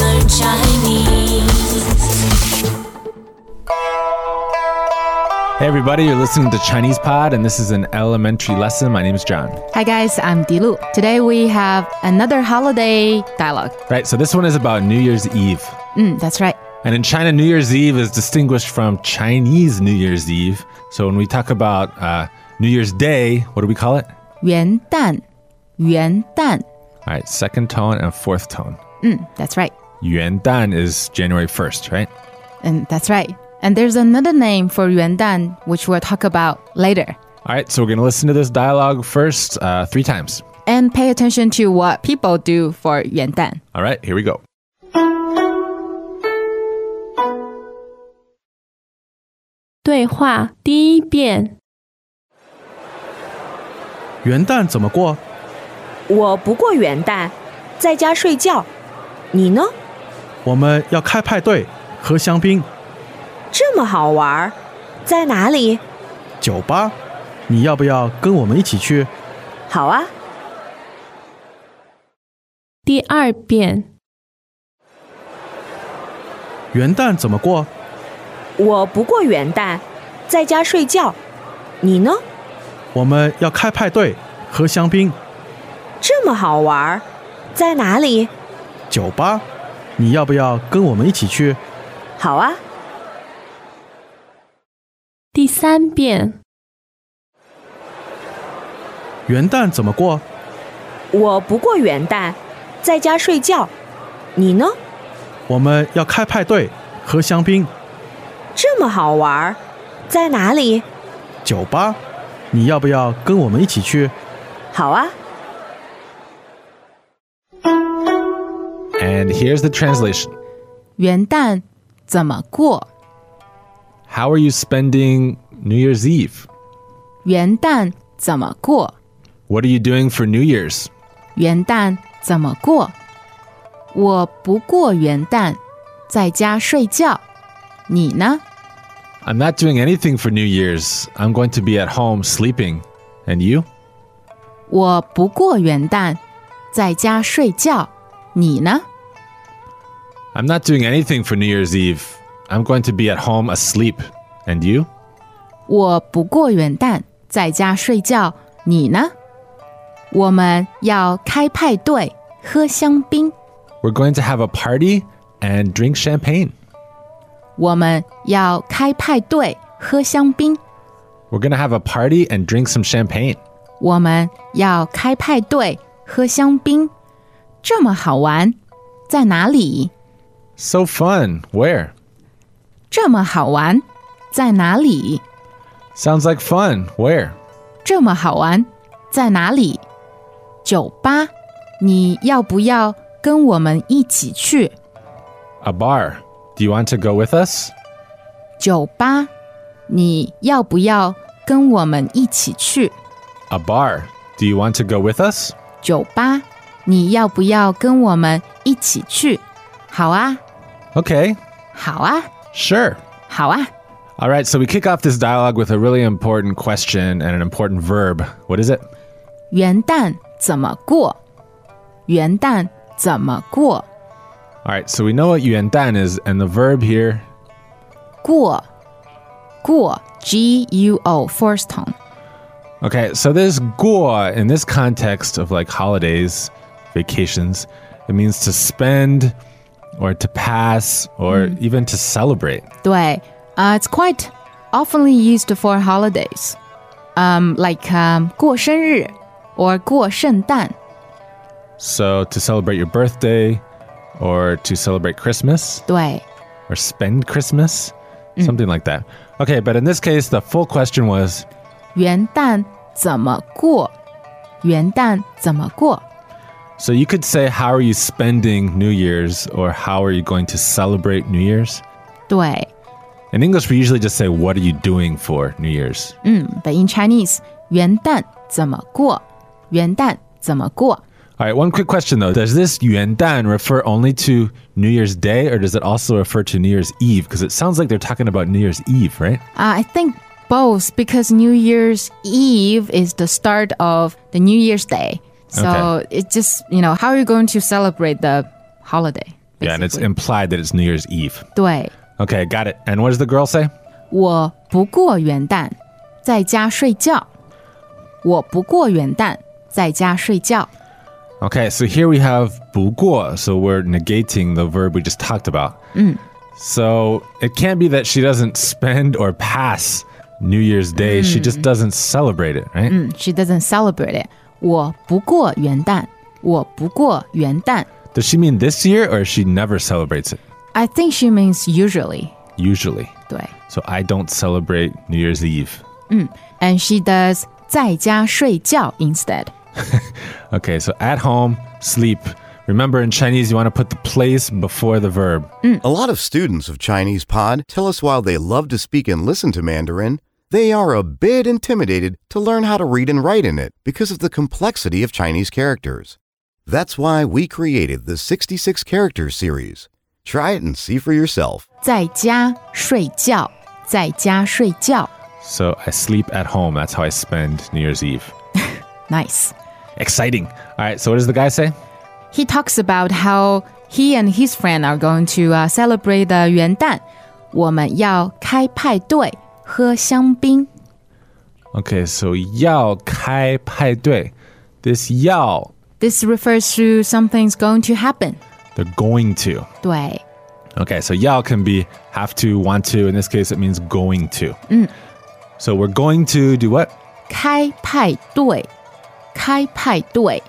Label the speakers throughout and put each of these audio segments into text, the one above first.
Speaker 1: learn Chinese.
Speaker 2: Hey, everybody, you're listening to Chinese Pod, and this is an elementary lesson. My name is John.
Speaker 3: Hi guys, I'm Dilu. Today we have another holiday dialogue.
Speaker 2: Right, so this one is about New Year's Eve.
Speaker 3: Mm, that's right.
Speaker 2: And in China, New Year's Eve is distinguished from Chinese New Year's Eve. So when we talk about uh, New Year's Day, what do we call it?
Speaker 3: 元旦,元旦.
Speaker 2: All right, second tone and fourth tone.
Speaker 3: Mm, that's right.
Speaker 2: Yuan Dan is January 1st, right?
Speaker 3: And that's right. And there's another name for 元旦 which we'll talk about later.
Speaker 2: All right, so we're going to listen to this dialogue first uh, three times.
Speaker 3: And pay attention to what people do for 元旦.
Speaker 2: All right, here we go.
Speaker 4: 对话第一遍：
Speaker 5: 元旦怎么过？
Speaker 6: 我不过元旦，在家睡觉。你呢？
Speaker 5: 我们要开派对，喝香槟，
Speaker 6: 这么好玩儿，在哪里？
Speaker 5: 酒吧。你要不要跟我们一起去？
Speaker 6: 好啊，
Speaker 4: 第二遍：
Speaker 5: 元旦怎么过？
Speaker 6: 我不过元旦，在家睡觉。你呢？
Speaker 5: 我们要开派对，喝香槟，
Speaker 6: 这么好玩儿，在哪里？
Speaker 5: 酒吧。你要不要跟我们一起去？
Speaker 6: 好啊，
Speaker 4: 第三遍：
Speaker 5: 元旦怎么过？
Speaker 6: 我不过元旦，在家睡觉。你呢？
Speaker 5: 我们要开派对，喝香槟，
Speaker 6: 这么好玩儿，在哪里？
Speaker 5: 酒吧。你要不要跟我们一起去？
Speaker 6: 好啊，
Speaker 2: And here's the translation
Speaker 3: 元旦怎么过?
Speaker 2: How are you spending New Year's Eve?
Speaker 3: 元旦怎么过?
Speaker 2: What are you doing for New Year's?
Speaker 3: 元旦怎么过?我不过元旦，在家睡觉。你呢？
Speaker 2: I'm not doing anything for New Year's. I'm going to be at home sleeping. And you?
Speaker 3: 我不过元旦，在家睡觉。你呢？
Speaker 2: I'm not doing anything for New Year's Eve. I'm going to be at home asleep. And you?
Speaker 3: 我不过元旦在家睡觉，你呢？我们要开派对，喝香槟，
Speaker 2: We're going to have a party and drink champagne.
Speaker 3: 我们要开派对，喝香槟，
Speaker 2: We're going to have a party and drink some champagne.
Speaker 3: 我们要开派对，喝香槟，这么好玩，在哪里？
Speaker 2: So fun. Where?
Speaker 3: 这么好玩，在哪里？
Speaker 2: Sounds like fun. Where?
Speaker 3: 这么好玩，在哪里？酒吧，你要不要跟我们一起去？
Speaker 2: A bar. Do you want to go with us?
Speaker 3: 酒吧，你要不要跟我们一起去？
Speaker 2: A bar. Do you want to go with us?
Speaker 3: 酒吧，你要不要跟我们一起去？好啊，
Speaker 2: Okay.
Speaker 3: 好啊，
Speaker 2: Sure.
Speaker 3: 好啊！
Speaker 2: All right, so we kick off this dialogue with a really important question and an important verb. What is it?
Speaker 3: 元旦怎么过？元旦怎么过？
Speaker 2: All right, so we know what yuan dan is, and the verb here,
Speaker 3: 过，过，G U O first tone。
Speaker 2: Okay, so this guo in this context of like holidays, vacations, it means to spend or to pass or even to celebrate.
Speaker 3: 对，呃、i t s quite oftenly used for holidays，嗯、um,，like、um, 过生日 or 过圣诞。
Speaker 2: So to celebrate your birthday or to celebrate Christmas
Speaker 3: 对，
Speaker 2: or spend Christmas, something like that. Okay, but in this case, the full question was
Speaker 3: 元旦怎么过？元旦怎么过？
Speaker 2: so you could say, How are you spending New Year's or how are you going to celebrate New Year's?
Speaker 3: 对，
Speaker 2: In English, we usually just say, What are you doing for New Year's?
Speaker 3: 嗯，but in Chinese，元旦怎么过？元旦怎么过。
Speaker 2: All right, one quick question though. Does this Yuan Dan refer only to New Year's Day or does it also refer to New Year's Eve? Because it sounds like they're talking about New Year's Eve, right?
Speaker 3: Uh, I think both because New Year's Eve is the start of the New Year's Day. So
Speaker 2: Okay.
Speaker 3: it's just, you know, how are you going to celebrate the holiday?
Speaker 2: Yeah, and it's
Speaker 3: basically.
Speaker 2: implied that it's New Year's Eve.
Speaker 3: 对，
Speaker 2: Okay, got it. And what does the girl say?
Speaker 3: 我不过元旦在家睡觉。我不过元旦在家睡觉。
Speaker 2: Okay, so here we have 不过, so we're negating the verb we just talked about. So it can't be that she doesn't spend or pass New Year's Day. She just doesn't celebrate it, right?
Speaker 3: 嗯，She doesn't celebrate it。我不过元旦，我不过元旦。
Speaker 2: Does she mean this year or she never celebrates it?
Speaker 3: I think she means usually。
Speaker 2: Usually.
Speaker 3: 对
Speaker 2: So I don't celebrate New Year's Eve.
Speaker 3: ，and she does 在家睡觉 instead。
Speaker 2: Okay, so at home, sleep. Remember in Chinese, you want to put the place before the verb.
Speaker 7: A lot of students of Chinese Pod tell us while they love to speak and listen to Mandarin, they are a bit intimidated to learn how to read and write in it because of the complexity of Chinese characters. That's why we created the 66 characters series. Try it and see for yourself.
Speaker 3: 在家睡觉，在家睡觉。
Speaker 2: So I sleep at home. That's how I spend New Year's Eve.
Speaker 3: Nice.
Speaker 2: Exciting. All right, so what does the guy say?
Speaker 3: He talks about how he and his friend are going to uh, celebrate the 元旦。我们要开派对，喝香槟。
Speaker 2: Okay, so 要开派对. This 要,
Speaker 3: This refers to something's going to happen.
Speaker 2: they're going to.
Speaker 3: 对
Speaker 2: Okay, so 要 can be have to, want to. In this case, it means going to. So we're going to do what?
Speaker 3: 开派对，开派对。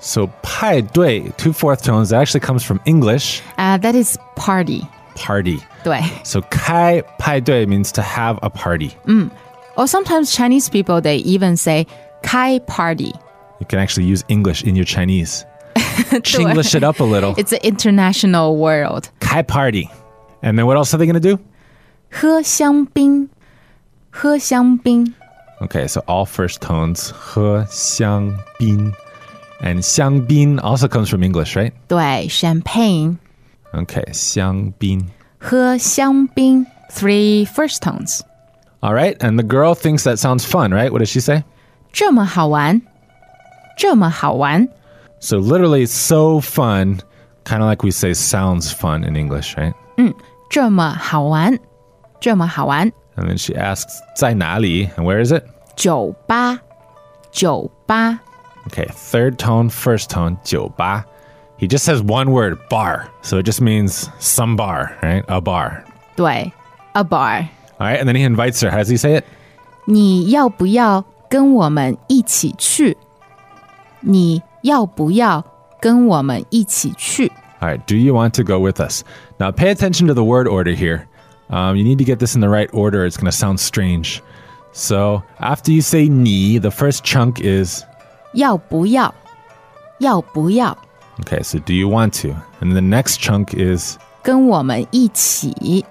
Speaker 2: So 派对, two fourth tones, that actually comes from English,
Speaker 3: Uh, that is party.
Speaker 2: party.
Speaker 3: 对
Speaker 2: So 开派对 means to have a party.
Speaker 3: Or sometimes Chinese people they even say 开 party.
Speaker 2: You can actually use English in your Chinese. Chinglish it up a little.
Speaker 3: It's an international world.
Speaker 2: 开 party. And then what else are they going to do?
Speaker 3: 喝香槟，喝香槟。
Speaker 2: Okay, so all first tones. 喝香槟. And 香槟 also comes from English, right?
Speaker 3: 对，champagne。
Speaker 2: Okay, 香槟.
Speaker 3: 喝香槟。Three first tones.
Speaker 2: All right, and the girl thinks that sounds fun, right? What does she say?
Speaker 3: 这么好玩，这么好玩。
Speaker 2: So literally, so fun, kind of like we say sounds fun in English, right?
Speaker 3: 这么好玩，这么好玩。
Speaker 2: And then she asks, 在哪里? And where is it?
Speaker 3: 酒吧，酒吧，
Speaker 2: Okay, third tone, first tone, 酒吧. He just says one word, bar. So it just means some bar, right? A bar.
Speaker 3: 对，a bar。
Speaker 2: All right, and then he invites her. How does he say it?
Speaker 3: 你要不要跟我们一起去？你要不要跟我们一起去？
Speaker 2: All right, do you want to go with us? Now pay attention to the word order here. Um, you need to get this in the right order. It's going to sound strange. So after you say 你, the first chunk is
Speaker 3: 要不要？要不要
Speaker 2: okay, so do you want to? And the next chunk is
Speaker 3: 跟我们一起？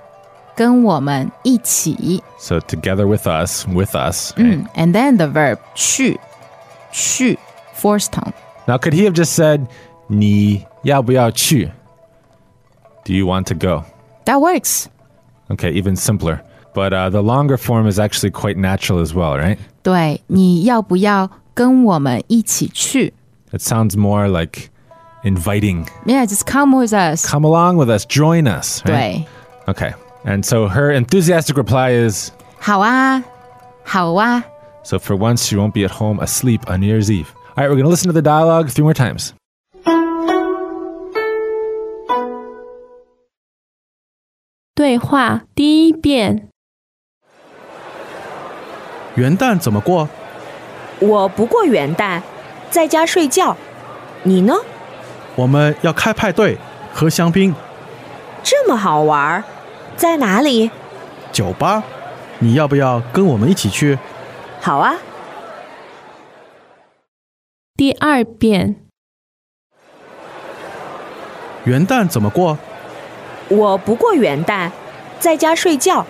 Speaker 3: 跟我们一起。
Speaker 2: so together with us, with us. right?
Speaker 3: 嗯，and Mm. then the verb 去，去，fourth tone。
Speaker 2: Now, could he have just said, 你要不要去? Do you want to go?
Speaker 3: That works.
Speaker 2: Okay, even simpler. But uh, the longer form is actually quite natural as well, right?
Speaker 3: 对，你要不要跟我们一起去
Speaker 2: It sounds more like inviting.
Speaker 3: ？Yeah, just come with us.
Speaker 2: Come along with us, join us. Right?
Speaker 3: 对，
Speaker 2: Okay. And so her enthusiastic reply is
Speaker 3: 好啊，好啊。
Speaker 2: so for once she won't be at home asleep on New Year's Eve. All right, we're going to listen to the dialogue three more times.
Speaker 4: 对话第一遍，
Speaker 5: 元旦怎么过？
Speaker 6: 我不过元旦在家睡觉，你呢？
Speaker 5: 我们要开派对，喝香槟，
Speaker 6: 这么好玩儿，在哪里？
Speaker 5: 酒吧。你要不要跟我们一起去？
Speaker 6: 好啊，
Speaker 4: 第二遍，
Speaker 5: 元旦怎么过？
Speaker 6: 我不过元旦在家睡觉，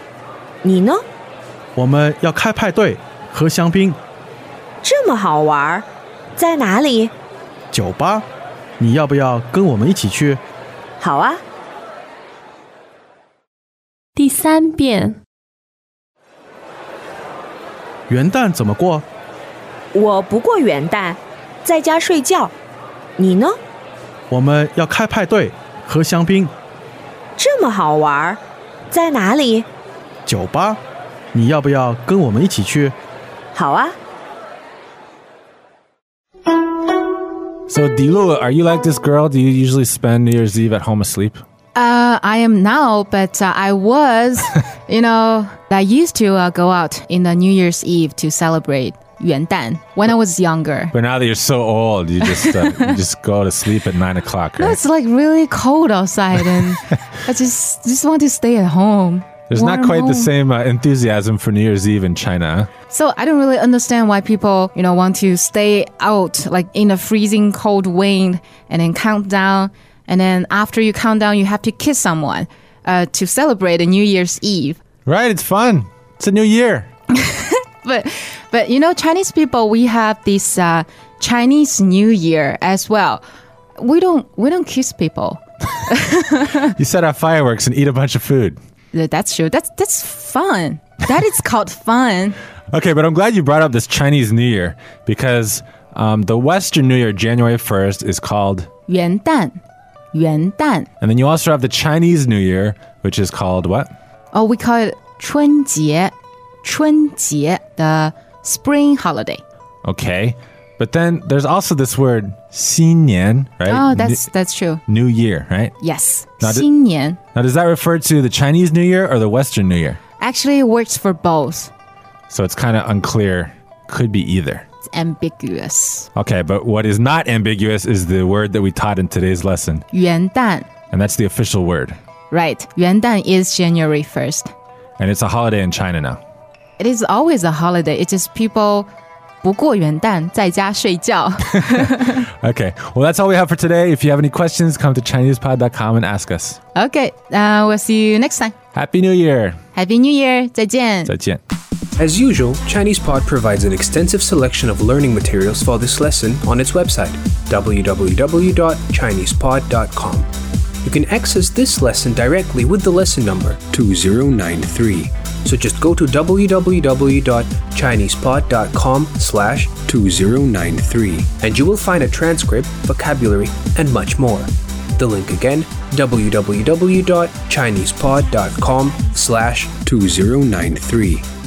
Speaker 6: 你呢？
Speaker 5: 我们要开派对，喝香槟，
Speaker 6: 这么好玩儿，在哪里？
Speaker 5: 酒吧，你要不要跟我们一起去？
Speaker 6: 好啊，
Speaker 4: 第三遍，
Speaker 5: 元旦怎么过？
Speaker 6: 我不过元旦，在家睡觉。你呢？
Speaker 5: 我们要开派对，喝香槟，
Speaker 6: 这么好玩儿，在哪里？
Speaker 5: 酒吧，你要不要跟我们一起去？
Speaker 6: 好啊，
Speaker 2: So, Dilu, are you like this girl? Do you usually spend New Year's Eve at home asleep?
Speaker 3: Uh, I am now, but uh, I was, you know, I used to uh, go out in the New Year's Eve to celebrate Yuan Dan when I was younger.
Speaker 2: But now that you're so old, you just uh, you just go to sleep at nine o'clock,
Speaker 3: No,
Speaker 2: right?
Speaker 3: it's like really cold outside, and I just just want to stay at home.
Speaker 2: There's not
Speaker 3: warm
Speaker 2: quite the
Speaker 3: home.
Speaker 2: same uh, enthusiasm for New Year's Eve in China. huh?
Speaker 3: So I don't really understand why people, you know, want to stay out like in the freezing cold wind and then count down, and then after you count down, you have to kiss someone uh, to celebrate a New Year's Eve.
Speaker 2: Right? It's fun. It's a new year.
Speaker 3: but but you know chinese people we have this uh, chinese new year as well we don't we don't kiss people
Speaker 2: You set out fireworks and eat a bunch of food.
Speaker 3: Th- that's true that's that's fun that is called fun
Speaker 2: Okay, but I'm glad you brought up this Chinese New Year because um, the Western New Year, January 1st, is called,
Speaker 3: 元旦,元旦.
Speaker 2: and then you also have the Chinese New Year, which is called what?
Speaker 3: oh we call it 春节,春节, the spring holiday
Speaker 2: Okay. But then there's also this word, 新年, right?
Speaker 3: oh
Speaker 2: New-
Speaker 3: that's that's true
Speaker 2: New Year, right?
Speaker 3: yes
Speaker 2: Now do-
Speaker 3: 新年
Speaker 2: Now, does that refer to the Chinese New Year or the Western New Year?
Speaker 3: actually it works for both
Speaker 2: So it's kind of unclear. Could be either.
Speaker 3: it's ambiguous
Speaker 2: Okay, but what is not ambiguous is the word that we taught in today's lesson,
Speaker 3: 元旦
Speaker 2: and that's the official word.
Speaker 3: right 元旦 is january 1st
Speaker 2: And it's a holiday in China now.
Speaker 3: It is always a holiday. It's just people 不过元旦在家睡觉。
Speaker 2: Okay, well, that's all we have for today. If you have any questions, come to ChinesePod.com and ask us.
Speaker 3: okay, uh, we'll see you next time.
Speaker 2: Happy New Year!
Speaker 3: Happy New Year! 再见。
Speaker 2: 再见.
Speaker 8: As usual, ChinesePod provides an extensive selection of learning materials for this lesson on its website, www.chinesepod.com. You can access this lesson directly with the lesson number 2093. So just go to www.chinesepod.com slash 2093 and you will find a transcript, vocabulary, and much more. The link again, www.chinesepod.com slash 2093.